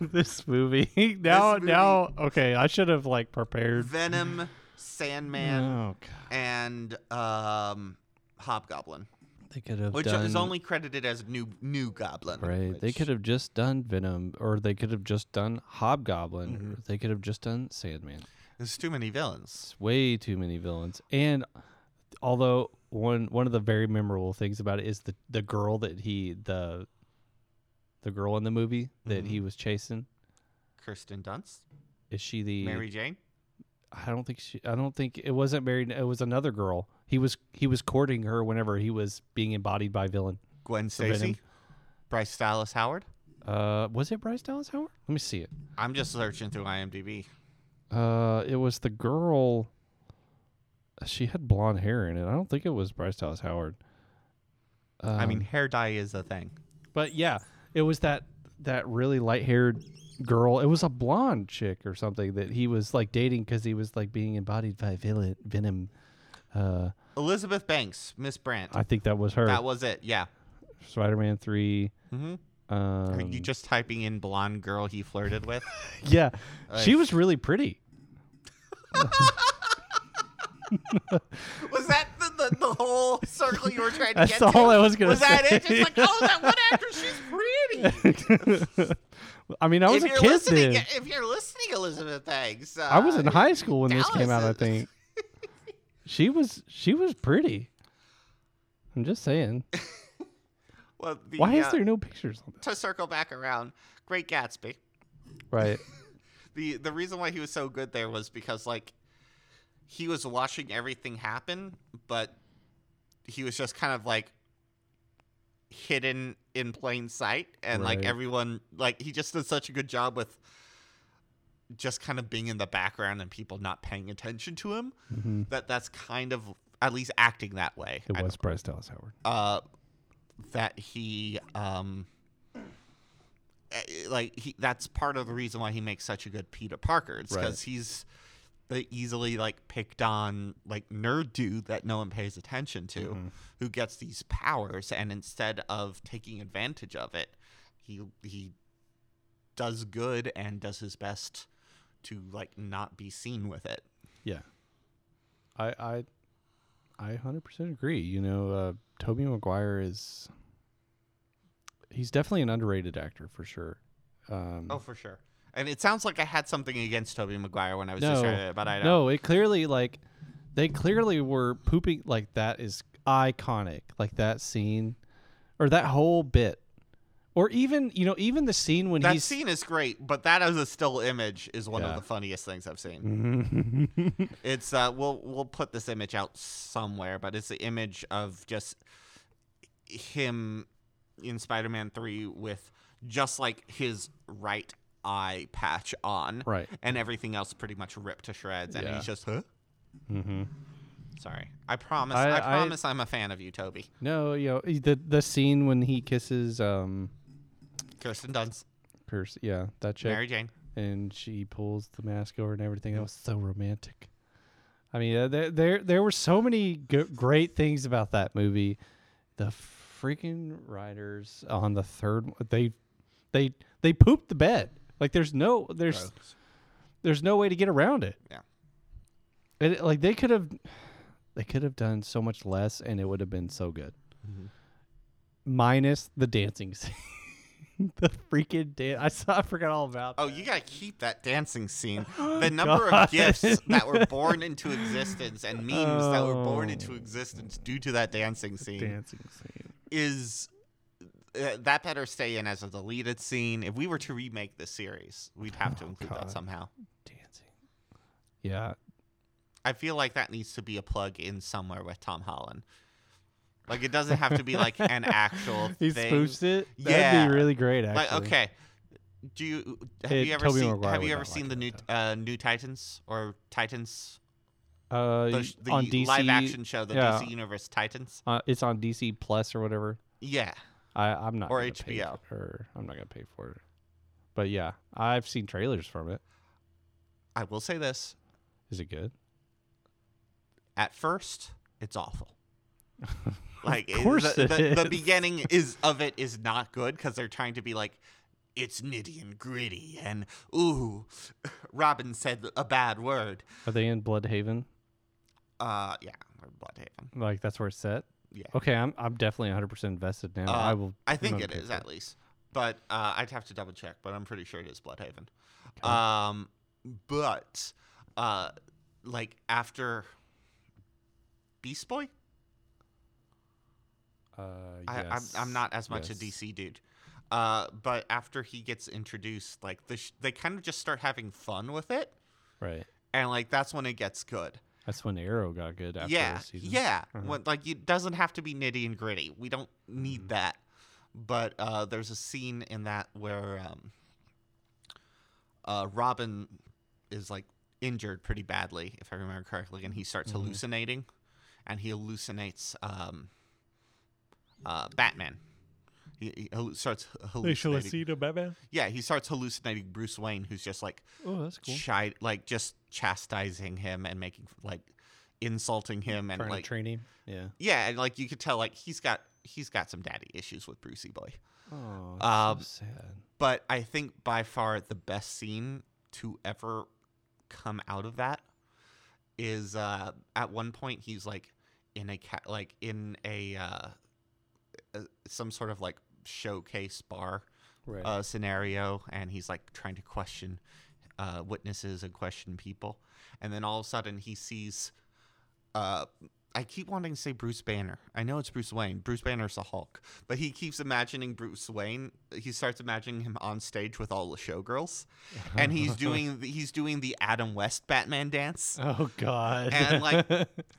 this movie. now, movie- now, okay. I should have like prepared. Venom, Sandman, Oh god. and um, Hobgoblin, They could have which done. is only credited as new new Goblin. Right. They which- could have just done Venom, or they could have just done Hobgoblin, Mm-hmm. or they could have just done Sandman. There's too many villains. It's way too many villains. And although one one of the very memorable things about it is the the girl that he the the girl in the movie that Mm-hmm. he was chasing. Kirsten Dunst, Is she the Mary Jane. I don't think she I don't think it wasn't married it was another girl. He was he was courting her whenever he was being embodied by villain. Gwen Venom. Stacy, Bryce Dallas Howard. Uh was it Bryce Dallas Howard? Let me see it. I'm just searching through IMDb. Uh it was the girl she had blonde hair in it. I don't think it was Bryce Dallas Howard. I Um, mean, hair dye is a thing. But yeah, it was that that really light haired girl. It was a blonde chick or something that he was like dating because he was like being embodied by villain Venom. Uh, Elizabeth Banks, Miss Brandt. I think that was her. that was it. Yeah. Spider Man Three. Mhm. Um, Are you just typing in blonde girl he flirted with? yeah, she Like- was really pretty. was that the, the, the whole circle you were trying to That's get all to? I was gonna Was that say. it? Just like, oh, that one actress, she's pretty. I mean, I was if a you're kid listening, then. if you're listening, Elizabeth Banks. Uh, I was in high school when this came out. Dallas I is- think she was she was pretty. I'm just saying. Well, the, Why uh, is there no pictures on that? To circle back around, Great Gatsby. Right. the the reason why he was so good there was because like he was watching everything happen, but he was just kind of like hidden in plain sight and like Right. everyone like he just did such a good job with just kind of being in the background and people not paying attention to him hmm that that's kind of at least acting that way It I- was Bryce Dallas Howard. uh that he um eh, like he, that's part of the reason why he makes such a good Peter Parker. It's Right. because he's the easily like picked on like nerd dude that no one pays attention to, Mm-hmm. who gets these powers, and instead of taking advantage of it, he he does good and does his best to like not be seen with it. Yeah. I I I 100% agree. You know, uh Toby Maguire is he's definitely an underrated actor for sure. Um Oh, for sure. And it sounds like I had something against Toby Maguire when I was just trying to, but I don't. No, it clearly like they clearly were pooping like that is iconic. Like that scene or that whole bit. Or even, you know, even the scene when That he's scene is great, but that as a still image is one Yeah. Mm. of the funniest things I've seen. it's uh, we'll we'll put this image out somewhere, but it's the image of just him in Spider-Man Three with just like his right eye patch on, Right. and everything else pretty much ripped to shreds, and Yeah. he's just huh. Mhm. Sorry, I promise. I- I, I- promise I'm a fan of you, Toby. No, you know, the the scene when he kisses um Kirsten Dunst, Pierce, yeah, that chick. Mary Jane. and she pulls the mask over and everything. That was so romantic. I mean, uh, there there there were so many g- great things about that movie. The freaking writers on the third one, they they they pooped the bed. Like there's no there's there's no way to get around it. Yeah. And it, like they could have they could have done so much less and it would have been so good. Minus the dancing scene. the freaking dance. I saw I forgot all about Oh, that. you gotta keep that dancing scene. The number of gifts that were born into existence and memes that were born Oh. into existence due to that dancing scene dancing scene. is uh, that better stay in as a deleted scene. If we were to remake this series, we'd have to include that Oh, God. somehow. Dancing. Yeah. I feel like that needs to be a plug in somewhere with Tom Holland. Like it doesn't have to be like an actual He thing. spoofs it. Yeah. That'd be really great actually. Like okay, do you have Hey, you ever Tobey seen Maguire have would you ever not like seen it, the new uh, new Titans or Titans? Uh the, y- sh- the on DC live action show, the yeah. DC Universe Titans. uh, it's on DC Plus or whatever. Yeah, I, I'm not Or gonna pay HBO. for- or I'm not gonna pay for it. But yeah, I've seen trailers from it. I will say this: Is it good? at first, it's awful. Like, it- course the, it the, the is. beginning is of it is not good because they're trying to be like, it's nitty and gritty, and ooh, Robin said a bad word. Are they in Bloodhaven? Uh, yeah, or Bloodhaven. Like that's where it's set. Yeah. Okay, I'm I'm definitely 100 percent invested now. Uh, I will. I I'm think gonna it pay is for at least, but uh, I'd have to double check. But I'm pretty sure it is Bloodhaven. Um, but uh, like after Beast Boy, Uh, I, I'm yes, I'm not as much yes. a DC dude. Uh, but after he gets introduced, like the sh- they kind of just start having fun with it, Right. and like that's when it gets good. That's when Arrow got good after yeah, the season. yeah. Uh-huh. When- like it doesn't have to be nitty and gritty. We don't need Mm. that. But uh, there's a scene in that where um, uh, Robin is like injured pretty badly, if I remember correctly, and he starts Mm-hmm. hallucinating, and he hallucinates um, uh, Batman. He, he hallu- starts hallucinating. to Batman. Yeah, he starts hallucinating Bruce Wayne, who's just like Oh, that's cool. chi- like just chastising him and making like insulting him and Trying like to train him. Yeah. yeah and like you could tell like he's got he's got some daddy issues with brucey boy Oh, so Um, sad. but i think by far the best scene to ever come out of that is uh at one point he's like in a cat like in a uh uh, some sort of like showcase bar Right. uh, scenario, and he's like trying to question uh, witnesses and question people, and then all of a sudden he sees. Uh, I keep wanting to say Bruce Banner. I know it's Bruce Wayne. Bruce Banner's the Hulk, but he keeps imagining Bruce Wayne. He starts imagining him on stage with all the showgirls, and he's doing the, he's doing the Adam West Batman dance. oh God. And like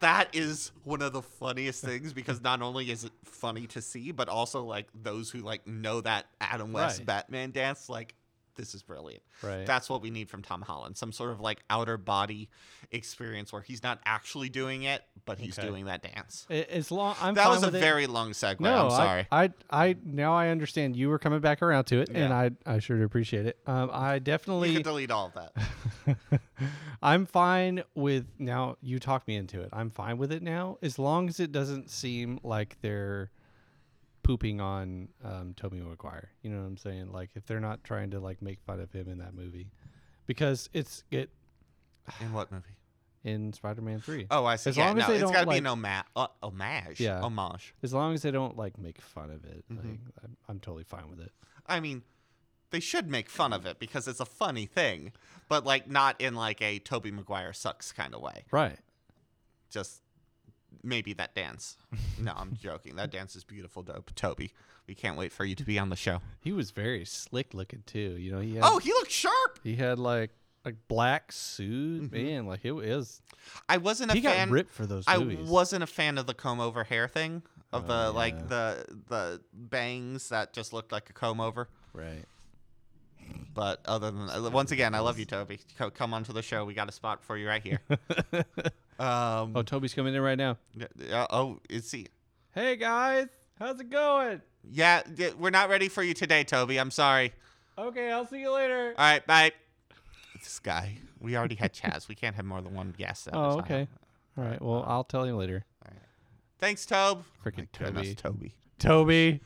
that is one of the funniest things because not only is it funny to see, but also like those who like know that Adam West Right. Batman dance, like this is brilliant. right. That's what we need from Tom Holland. Some sort of like outer body experience where he's not actually doing it, but he's Okay. doing that dance. It, it's long. I'm that fine was a with it. very long segue. No, I'm I- sorry. I, I, now I understand you were coming back around to it, and I, I sure do appreciate it. Um, I you definitely, can delete all of that. I'm fine with now. You talked me into it. I'm fine with it now, as long as it doesn't seem like they're pooping on um, Toby McGuire. You know what I'm saying? Like if they're not trying to like make fun of him in that movie, because it's it In what movie? in Spider-Man Three. Oh, I see. As yeah, long no, as they it's don't, got to be like- an oma- uh, homage. Yeah. Homage. As long as they don't like make fun of it, Mhm. like, I'm, I'm totally fine with it. I mean, they should make fun of it because it's a funny thing, but like not in like a Toby Maguire sucks kind of way. Right. Just maybe that dance. No, I'm joking. That dance is beautiful, dope. Toby, we can't wait for you to be on the show. He was very slick looking too. You know, he had Oh, he looks sharp. he had like like black suit. Mhm. Man, like it was I wasn't a he fan. got ripped for those I movies. wasn't a fan of the comb over hair thing of the Oh, yeah. like the the bangs that just looked like a comb over. right. But other than once again, I love you, Toby. Co- come onto the show. We got a spot for you right here. um, oh, Toby's coming in right now. uh, oh, it's see. Hey guys, how's it going? Yeah, d- we're not ready for you today, Toby. I'm sorry. Okay, I'll see you later. All right, bye. This guy. We already had Chaz. We can't have more than one guest. at a Oh, time. okay. All right. Well, I'll tell you later. Thanks, Tobe. Frickin' My goodness, Toby. Toby. Toby,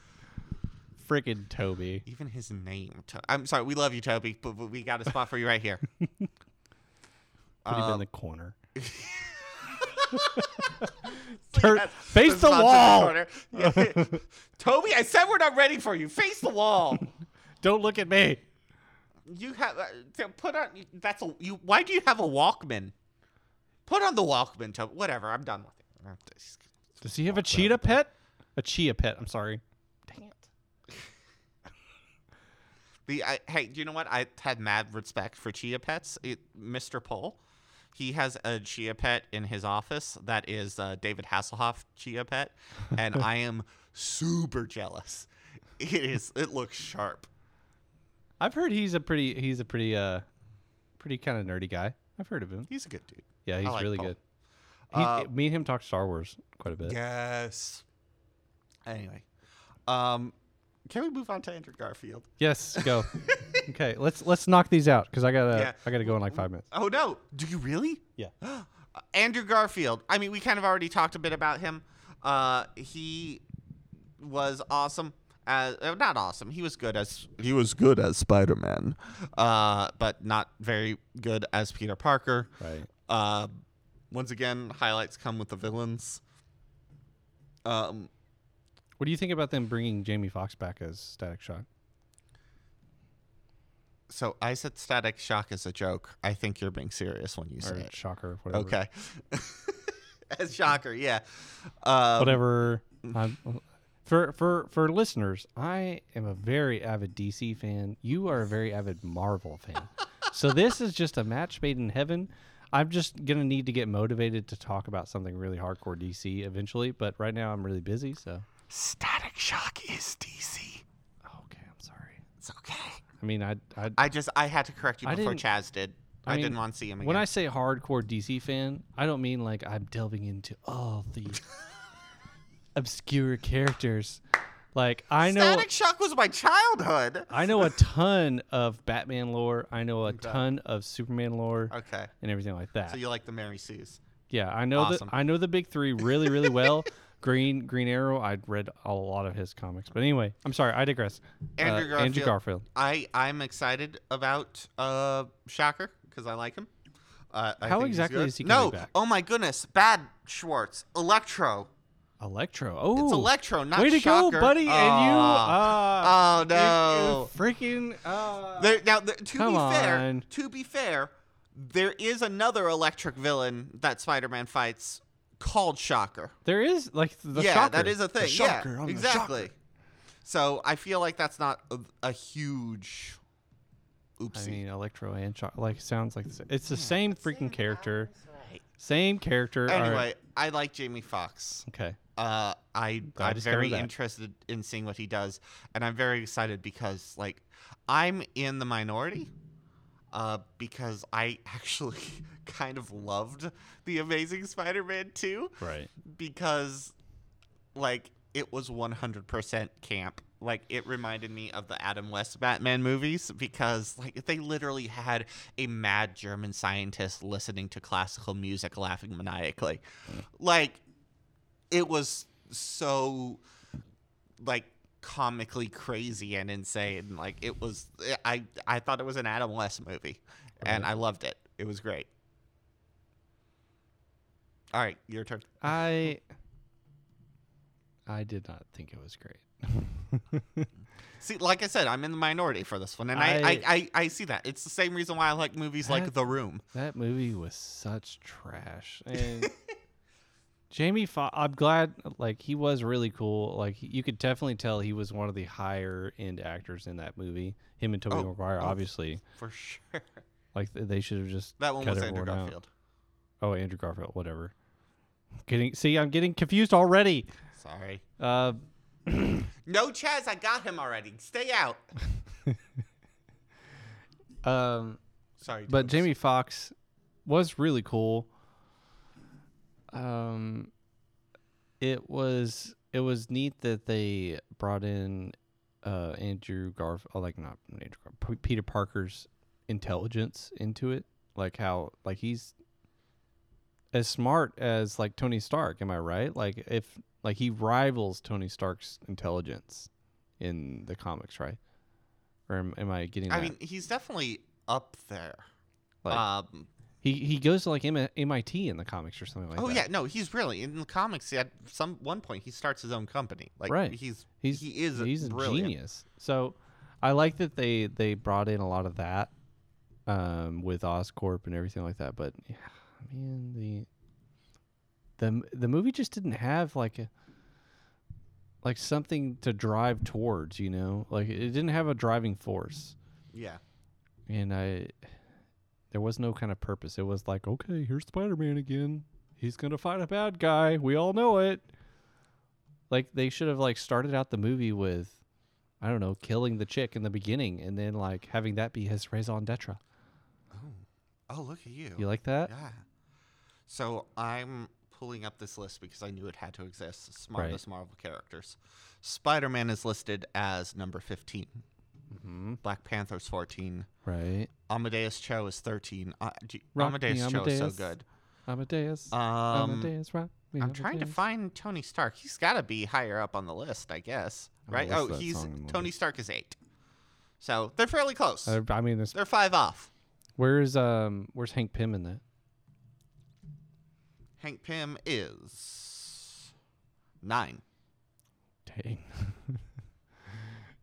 freaking Toby. Even his name. To- I'm sorry. We love you, Toby, but, but we got a spot for you right here. Put him Um, in the corner. so Turn- yes, face this the is wall. on to the corner. Toby, I said we're not ready for you. Face the wall. Don't look at me. You have uh, to put on. That's a you. Why do you have a Walkman? Put on the Walkman. To, whatever. I'm done with it. Does he have a cheetah pet? A chia pet. I'm sorry. Dang it. The I, hey, you know what? I had mad respect for chia pets. It, Mr. Pohl, he has a chia pet in his office that is uh, David Hasselhoff chia pet, and I am super jealous. It is. It looks sharp. I've heard he's a pretty he's a pretty uh pretty kind of nerdy guy. I've heard of him. He's a good dude. Yeah, he's like really Paul. good. He, Uh, me and him talked Star Wars quite a bit. Yes. Anyway, um, can we move on to Andrew Garfield? Yes, go. okay, let's let's knock these out because I gotta Yeah. I gotta go in like five minutes. Oh no! Do you really? Yeah. Andrew Garfield. I mean, we kind of already talked a bit about him. Uh, he was awesome. As, uh, not awesome. He was good as he was good as Spider Man, uh, but not very good as Peter Parker. Right. Uh, once again, highlights come with the villains. Um, What do you think about them bringing Jamie Foxx back as Static Shock? so I said Static Shock is a joke. I think you're being serious when you Or say it. Shocker, whatever. Okay. as Shocker, yeah. Um, Whatever. I'm, for for for listeners, I am a very avid DC fan. You are a very avid Marvel fan. so this is just a match made in heaven. I'm just gonna need to get motivated to talk about something really hardcore DC eventually, but right now I'm really busy, so Static Shock is DC. okay, I'm sorry. It's okay. I mean, I, I I just I had to correct you I before didn't- Chaz did. I, I mean, didn't want to see him again. when I say hardcore DC fan, I don't mean like I'm delving into all the obscure characters. Like I know Static Shock was my childhood. I know a ton of Batman lore. I know a ton of Superman lore Okay. and everything like that. So you like the Mary Sue's. yeah, I know Awesome. the I know the big three really really well. Green Green Arrow. I'd read a lot of his comics, but anyway, I'm sorry. I digress. Andrew Uh, Andrew Garfield. Garfield. I I'm excited about uh Shocker because I like him. Uh, I How think he's exactly good. is he No. coming back? Oh my goodness. Bad Schwartz. Electro. Electro. Oh, It's Electro, not Way to Shocker. go, buddy! and you. Uh, Oh, you- no. you freaking. Uh, There, now, th to Come be fair, on. to be fair, there is another electric villain that Spider-Man fights called Shocker. there is like the yeah, shocker. that is a thing. The shocker yeah, on the exactly. shocker. So I feel like that's not a, a huge. I Oopsie. mean, Electro and Shock. Like sounds like the sa- it's the same freaking character. Same character. all right. anyway, I like Jamie Foxx. Okay. Uh, I Glad I'm he's coming very back. interested in seeing what he does, and I'm very excited because like I'm in the minority. uh, because I actually kind of loved The Amazing Spider Man 2 Right. because, like, it was 100% camp. Like, it reminded me of the Adam West Batman movies because, like, they literally had a mad German scientist listening to classical music laughing maniacally. Like, it was so, like, comically crazy and insane. Like it was, I I thought it was an Adam West movie, and I loved it. It was great. All right, your turn. I I did not think it was great. See, like I said, I'm in the minority for this one, and I I, I- I, I see that. It's the same reason why I like movies like That- The Room. that movie was such trash. And Jamie Fo- I'm glad like he was really cool. Like you could definitely tell he was one of the higher end actors in that movie. Him and Tobey Oh, Maguire oh. obviously. For sure, Like th- they should have just that one cut was Andrew everyone out. Garfield. Oh, Andrew Garfield, whatever. Getting see, I'm getting confused already. Sorry, Uh, no Chaz, I got him already. Stay out. um, Sorry, but Jones. Jamie Fox was really cool. Um, it was it was neat that they brought in uh Andrew Garf, oh, like not Andrew Garf, P- Peter Parker's intelligence into it, like how like he's as smart as like Tony Stark. Am I right? Like if like he rivals Tony Stark's intelligence in the comics, right? Or am, am I getting? I that? mean, he's definitely up there. Like- um, He he goes to like M- MIT in the comics or something like oh that. yeah, no, he's really in the comics. At some one point, he starts his own company. Like Right. he's he's he is he's a brilliant. genius. So I like that they they brought in a lot of that um, with Oscorp and everything like that. But yeah, I mean the the m- the movie just didn't have like a like something to drive towards. You know, like it didn't have a driving force, Yeah, and I there was no kind of purpose. It was like okay, here's Spider Man again. He's gonna fight a bad guy. We all know it. like they should have like started out the movie with i don't know killing the chick in the beginning and then like having that be his raison d'etre Oh, look at you. you like that yeah. So I'm pulling up this list because I knew it had to exist. Smartest Marvel characters. Spider Man is listed as number 15. mm-hmm. Black Panther's 14. right Amadeus Cho is 13. Uh, do- Rock me, Amadeus, Cho is so Amadeus. good. amadeus Um, amadeus rock me, I'm trying to Amadeus. find Tony Stark. He's got to be higher up on the list, I guess. Oh, Right? what's Oh, that he's song in the Tony Stark is eight. So they're fairly close. Uh, i mean there's they're five off. where's um where's hank pym in that Hank Pym is nine. dang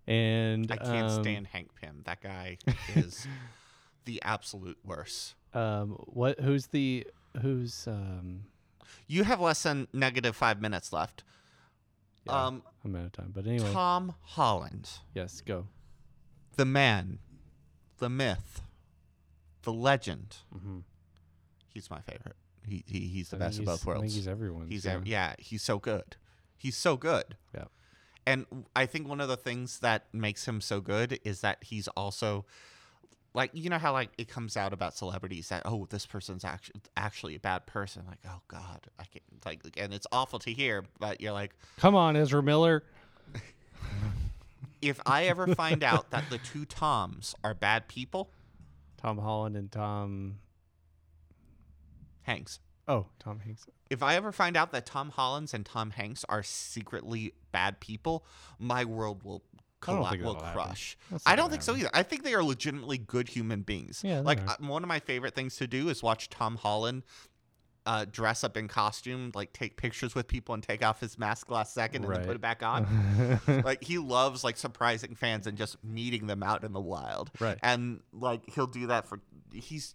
and I can't um, stand Hank Pym. That guy is the absolute worst. um what who's the who's um You have less than negative five minutes left. Yeah. Um, i'm out of time but anyway Tom Holland, yes go the man, the myth, the legend. mm-hmm. He's my favorite. He, he he's the best of both I think worlds. he's everyone's He's yeah. ev- yeah, he's so good. He's so good. Yeah. And I think one of the things that makes him so good is that he's also like you know how like it comes out about celebrities that oh this person's actually actually a bad person like oh god I can like and it's awful to hear but you're like come on ezra miller if I ever find out that the two Toms are bad people Tom Holland and Tom. Hanks Oh, Tom Hanks. if I ever find out that Tom Hollins and Tom Hanks are secretly bad people, my world will I don't colla- think will that'll happen. crush. That's not I don't gonna think so either. I think they are legitimately good human beings. Yeah, they're like alright. uh, one of my favorite things to do is watch Tom Holland uh, dress up in costume, like take pictures with people and take off his mask last second and then put Right. it back on. like he loves like surprising fans and just meeting them out in the wild. Right. And like he'll do that for he's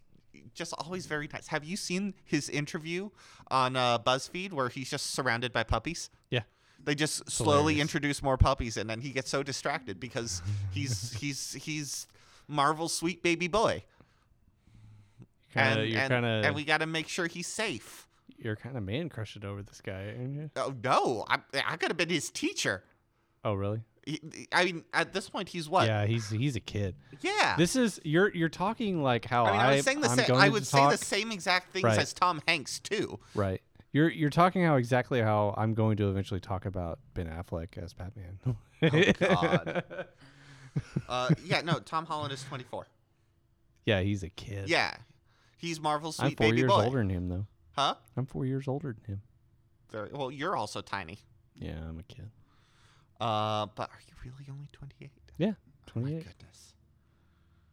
just always very nice. Have you seen his interview on uh, BuzzFeed where he's just surrounded by puppies? Yeah. They just slowly hilarious. introduce more puppies and then he gets so distracted because he's he's he's Marvel's sweet baby boy. Kinda, and you're and, kind and of we got to make sure he's safe. you're kind of man crushing over this guy. Aren't you? Oh no, I I could have been his teacher. Oh, really? He, I mean, at this point, he's what? Yeah, he's he's a kid. Yeah. This is you're you're talking like how I mean, I was saying the am same. going I to would say talk. the same exact things Right. as Tom Hanks too. Right. You're you're talking how exactly how I'm going to eventually talk about Ben Affleck as Batman. Oh, God. Uh, yeah, no, Tom Holland is 24. yeah, he's a kid. Yeah, he's Marvel's I'm sweet four baby years boy. older than him though. Huh? I'm four years older than him. There- Well, you're also tiny. Yeah, I'm a kid. Uh, but are you really only 28? Yeah, Oh my 28. goodness.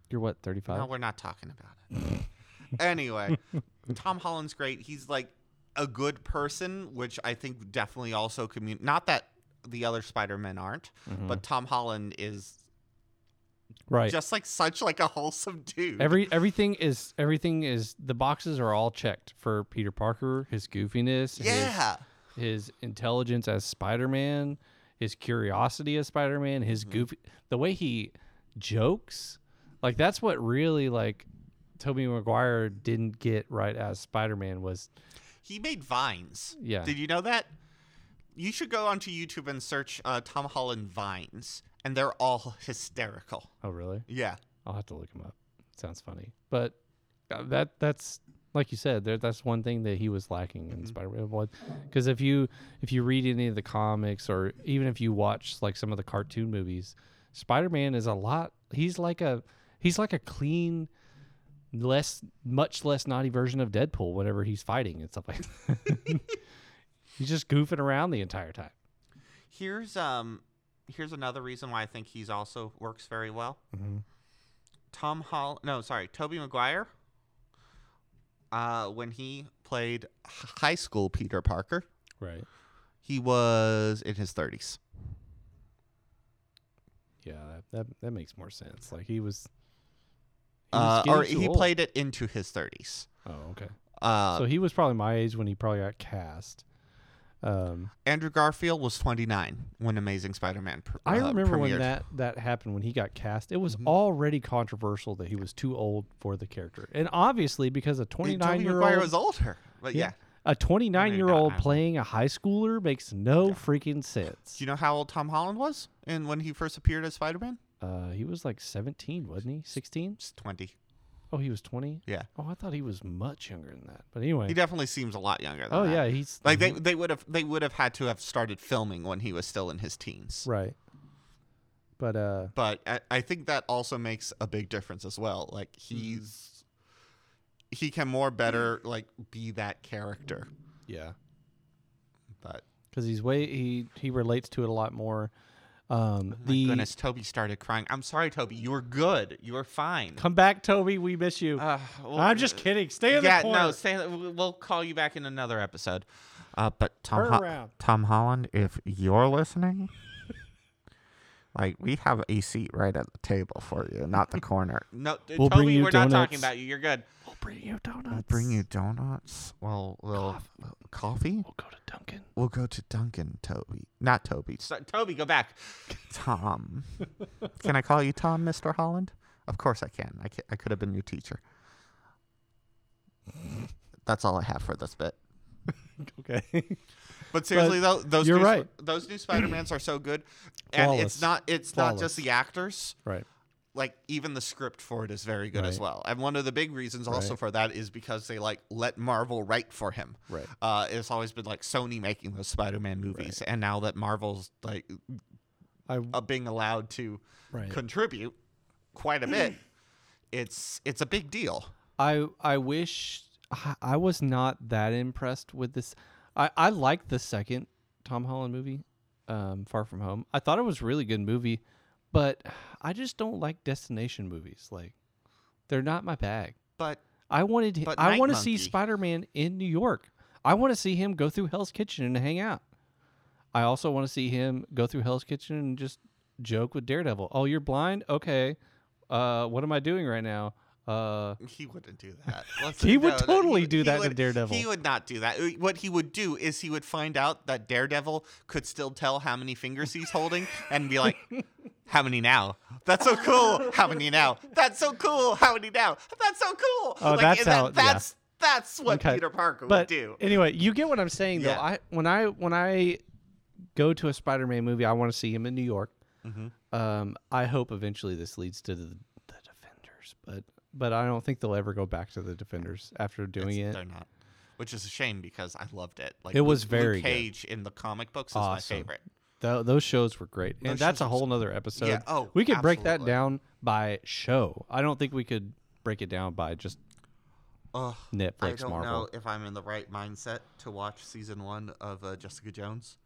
You're what, 35? No, we're not talking about it. anyway, Tom Holland's great. He's like a good person, which I think definitely also commun. Not that the other Spider Men aren't, Mhm. but Tom Holland is right. just like such like a wholesome dude. Every everything is everything is the boxes are all checked for Peter Parker, his goofiness, his- yeah, his, intelligence as Spider-Man, his curiosity as Spider-Man, his goofy the way he jokes, like that's what really like Tobey Maguire didn't get right as Spider-Man was he made vines. Yeah. did you know that? You should go onto YouTube and search uh, Tom Holland vines, and they're all hysterical. oh really? Yeah, I'll have to look him up. Sounds funny, but uh, that that's like you said. There, that's one thing that he was lacking in Spider-Man One, because if you if you read any of the comics or even if you watch like some of the cartoon movies, Spider-Man is a lot. He's like a he's like a clean, less much less naughty version of Deadpool. Whenever he's fighting and stuff like that, he's just goofing around the entire time. here's um, here's another reason why I think he's also works very well. Tom Hall, no, sorry, Toby Maguire. Uh, when he played h- high school Peter Parker, Right. he was in his 30s. Yeah. That, that that makes more sense. Like he was. he was Uh, getting or too he old. played it into his 30s. Oh, okay. Uh, so he was probably my age when he probably got cast. Um, Andrew Garfield was 29 when Amazing Spider-Man pr- I uh, remember when premiered. Mm-hmm. that that happened when he got cast. It was already controversial that he was too old for the character, and obviously because a Tobey twenty nine year Maguire old was older, but yeah. a twenty nine year not old now. playing a high schooler makes no freaking sense. Do you know how old Tom Holland was? And when he first appeared as Spider-Man, Uh, he was like seventeen, wasn't he? Sixteen? he's 20. Oh, he was twenty. Yeah, Oh, I thought he was much younger than that. But he anyway, definitely seems a lot younger. Than oh that. yeah, he's Like they, they would have they would have had to have started filming when he was still in his teens. right. But uh, But I, I think that also makes a big difference as well. Like Mm-hmm. he's he can more better like be that character. yeah. But because he's way he he relates to it a lot more. Um, Oh my the goodness, Toby started crying. I'm sorry, Toby. You were good. You were fine. come back, Toby. We miss you. Uh, well, I'm just kidding. Stay in yeah, the corner. no, stay. we- We'll call you back in another episode. Uh, but Tom, Turn Ho- around. Tom Holland, if you're listening, like we have a seat right at the table for you, not the corner. No, d- We'll Toby, bring you we're not talking donuts. about you. You're good. We'll bring you donuts. We'll bring you donuts. Well, we'll uh, coffee. We'll go to Duncan. We'll go to Duncan, Toby. Not Toby. So- Toby, go back. Tom. can I call you Tom, Mr. Holland? Of course I can. I, ca- I could have been your teacher. That's all I have for this bit. Okay. But seriously, though, those you're new, right. those new Spider-Mans are so good. And Flawless. it's not it's not just the actors. right. Like even the script for it is very good as Right. well. And one of the big reasons also Right. for that is because they like let Marvel write for him. Right. Uh, it's always been like Sony making those Spider-Man movies, and now that Marvel's like I uh, being allowed to right. contribute quite a bit, it's it's a big deal. I I wish I, I was not that impressed with this. I I liked the second Tom Holland movie, um, Far From Home. I thought it was a really good movie, but I just don't like destination movies. Like, they're not my bag. But I wanted him, But I Night want to see Monkey- Spider Man in New York. I want to see him go through Hell's Kitchen and hang out. I also want to see him go through Hell's Kitchen and just joke with Daredevil. Oh, you're blind? Okay. Uh, what am I doing right now? Uh, he wouldn't do that. Let's- He would no, no, totally do that to would- Daredevil. He would not do that. Uh, What he would do is he would find out that Daredevil could still tell how many fingers he's holding and be like, "How many now? That's so cool. How many now? That's so cool. How many now? That's so cool." Oh, like, that's and how- yeah. That, that's that's what Okay. Peter Parker would but do. anyway, you get what I'm saying though. Yeah. I when I when I go to a Spider Man movie, I want to see him in New York. Mm-hmm. Um, I hope eventually this leads to the, the defenders, but but I don't think they'll ever go back to the defenders after doing It's- it. They're not, which is a shame because I loved it. Like It was Luke- very Luke good. Cage in the comic books is Awesome. my favorite. Tho- those shows were great, and Those that's shows a were whole nother episode. Yeah, oh, we could break that absolutely. down by show. I don't think we could break it down by just Ugh, I Netflix don't Marvel. know if I'm in the right mindset to watch season one of uh, Jessica Jones.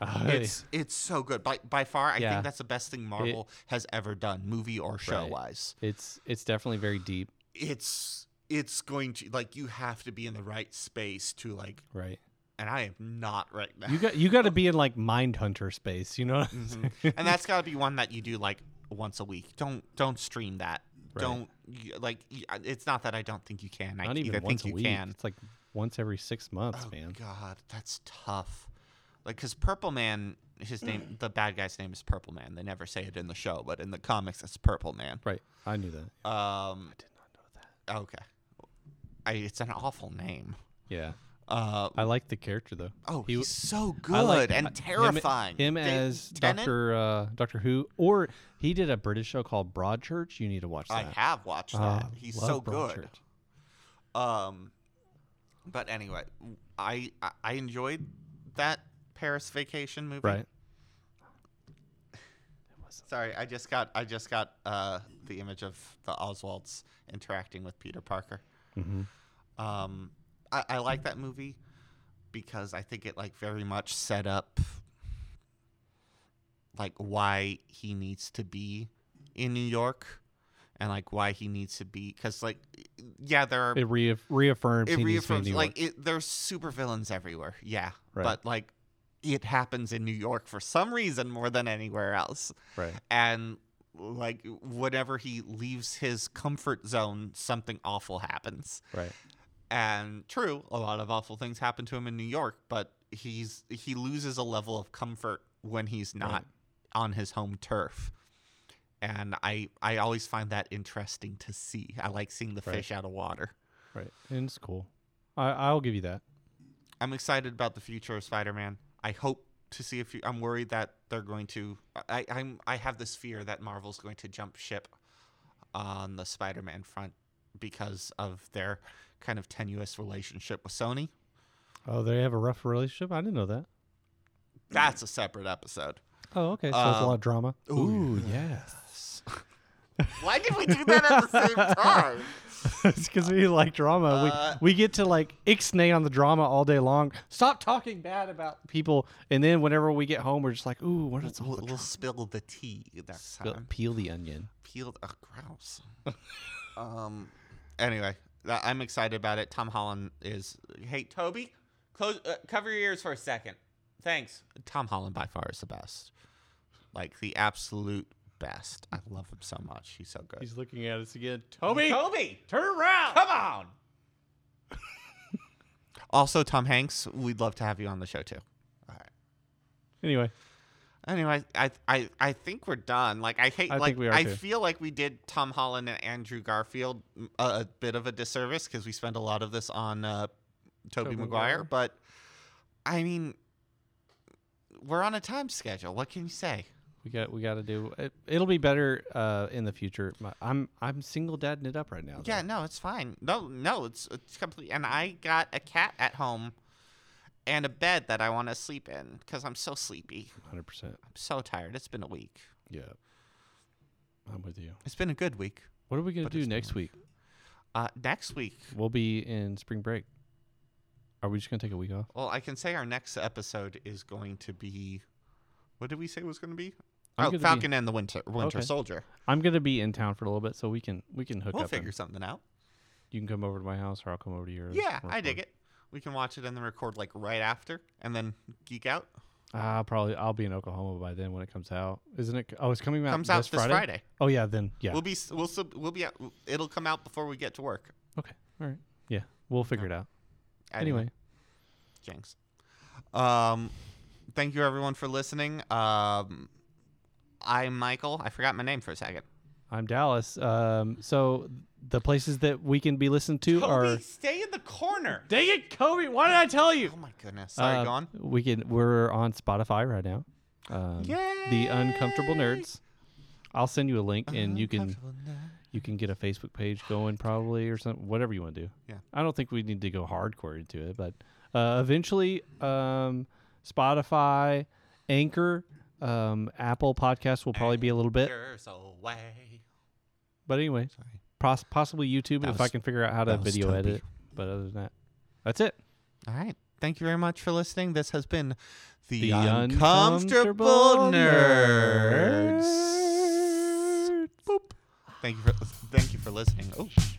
Uh, It's it's so good by by far. I Yeah. think that's the best thing Marvel has ever done, movie or show Right. wise. it's it's definitely very deep, It's it's going to like you have to be in the right space to like, right? and I am not right now. You got you got to be in like Mindhunter space, you know. what I'm Mhm. saying? and that's got to be one that you do like once a week. Don't don't stream that. Right. Don't you- like. y- It's not that I don't think you can. I Not even either once think a you week. can. It's like once every six months, Oh man. God, that's tough. Like, cause Purple Man, his Mm. name, the bad guy's name is Purple Man. They never say it in the show, but in the comics, it's Purple Man. Right, I knew that. Um, Did not know that. okay, I, it's an awful name. Yeah, Uh, I like the character though. oh, he- he's so I good like and him- terrifying. Him, David as Tennant? Doctor uh, Doctor Who, or he did a British show called Broadchurch. You need to watch I that. have watched that. Ah, he's uh, love so good. Broadchurch. Um, but anyway, I I- I enjoyed that Paris Vacation movie. Right. Sorry, I just got I just got uh, the image of the Oswalds interacting with Peter Parker. hmm Um, I, I like that movie because I think it like very much set up like why he needs to be in New York and like why he needs to be because like yeah there are It reaff- reaffirms. it he needs to be in reaffirms New like York. it, there's super villains everywhere yeah Right. but like it happens in new york for some reason more than anywhere else right. and like whenever he leaves his comfort zone something awful happens Right. and true a lot of awful things happen to him in new york but he's he loses a level of comfort when he's not Right. on his home turf and i i always find that interesting to see i like seeing the Right. fish out of water Right. And it's cool. I I'll give you that. I'm excited about the future of Spider-Man. I hope to see if you, I'm worried that they're going to. I, I'm I have this fear that Marvel's going to jump ship on the Spider-Man front because of their kind of tenuous relationship with Sony. Oh, they have a rough relationship. I didn't know that. That's a separate episode. Oh, okay. So it's a Um, lot of drama. ooh, yes. Why did we do that at the same time? it's because we like drama. Uh, we we get to like ixnay on the drama all day long. Stop talking bad about people, and then whenever we get home, we're just like, ooh, what is all We'll, the we'll drama? spill the tea next Spill- time. Peel the onion. peeled a grouse. um. Anyway, th- I'm excited about it. Tom Holland is. Hey, Toby, close, uh, cover your ears for a second. Thanks. Tom Holland by far is the best. Like the absolute best. I love him so much. He's so good. He's looking at us again. Toby, Toby, turn around. come on. also, Tom Hanks, we'd love to have you on the show too. All right. Anyway, Anyway, I I I think we're done. Like I hate I like think we are I too. feel like we did Tom Holland and Andrew Garfield mm, a, a bit of a disservice because we spend a lot of this on uh, Toby, Tobey Maguire, Maguire. but I mean, we're on a time schedule. What can you say? we got we got to do. It, it'll be better uh, in the future. My- I'm I'm single dadding it up right now. though. Yeah, no, it's fine. No, no, it's it's complete. And I got a cat at home and a bed that I want to sleep in because I'm so sleepy. 100%. I'm so tired. It's been a week. Yeah, I'm with you. It's been a good week. What are we gonna But do it's next week? Uh, next week, We'll be in spring break. Are we just gonna take a week off? Well, I can say our next episode is going to be. What did we say it was going to be? I'm oh, gonna be- Falcon and the Winter Winter Okay. Soldier. I'm gonna be in town for a little bit, so we can we can hook We'll up. and figure something out. you can come over to my house, or I'll come over to yours. Yeah, I dig it. We can watch it and then record like right after, and then geek out. Ah, I'll probably I'll be in Oklahoma by then when it comes out, isn't it? Oh, it's coming out. Comes out this this Friday. Oh yeah, then yeah. We'll be s- we'll sub- we'll be out, it'll come out before we get to work. okay, all right. Yeah, we'll figure it out. Anyway, Jinx. Um, thank you everyone for listening. Um, I'm Michael. I forgot my name for a second. I'm Dallas. Um, so the places that we can be listened to are. stay in the corner. Dang it, Kobe! Why did I tell you? Oh my goodness. Sorry, Uh, go on. We can. We're on Spotify right now. Um, the uncomfortable nerds. I'll send you a link, and you can Uncomfortable nerd. you can get a Facebook page going probably or something, whatever you want to do. Yeah. I don't think we need to go hardcore into it, but uh, eventually, um, Spotify, Anchor, um, Apple Podcasts will probably be a little bit. You're so way. But anyway, Sorry. pos- possibly YouTube That if I was- can figure out how to that was video Toby. edit. But other than that, that's it. All right. Thank you very much for listening. This has been the, The uncomfortable, Uncomfortable nerds. Boop. Thank you for thank you for listening. Oh.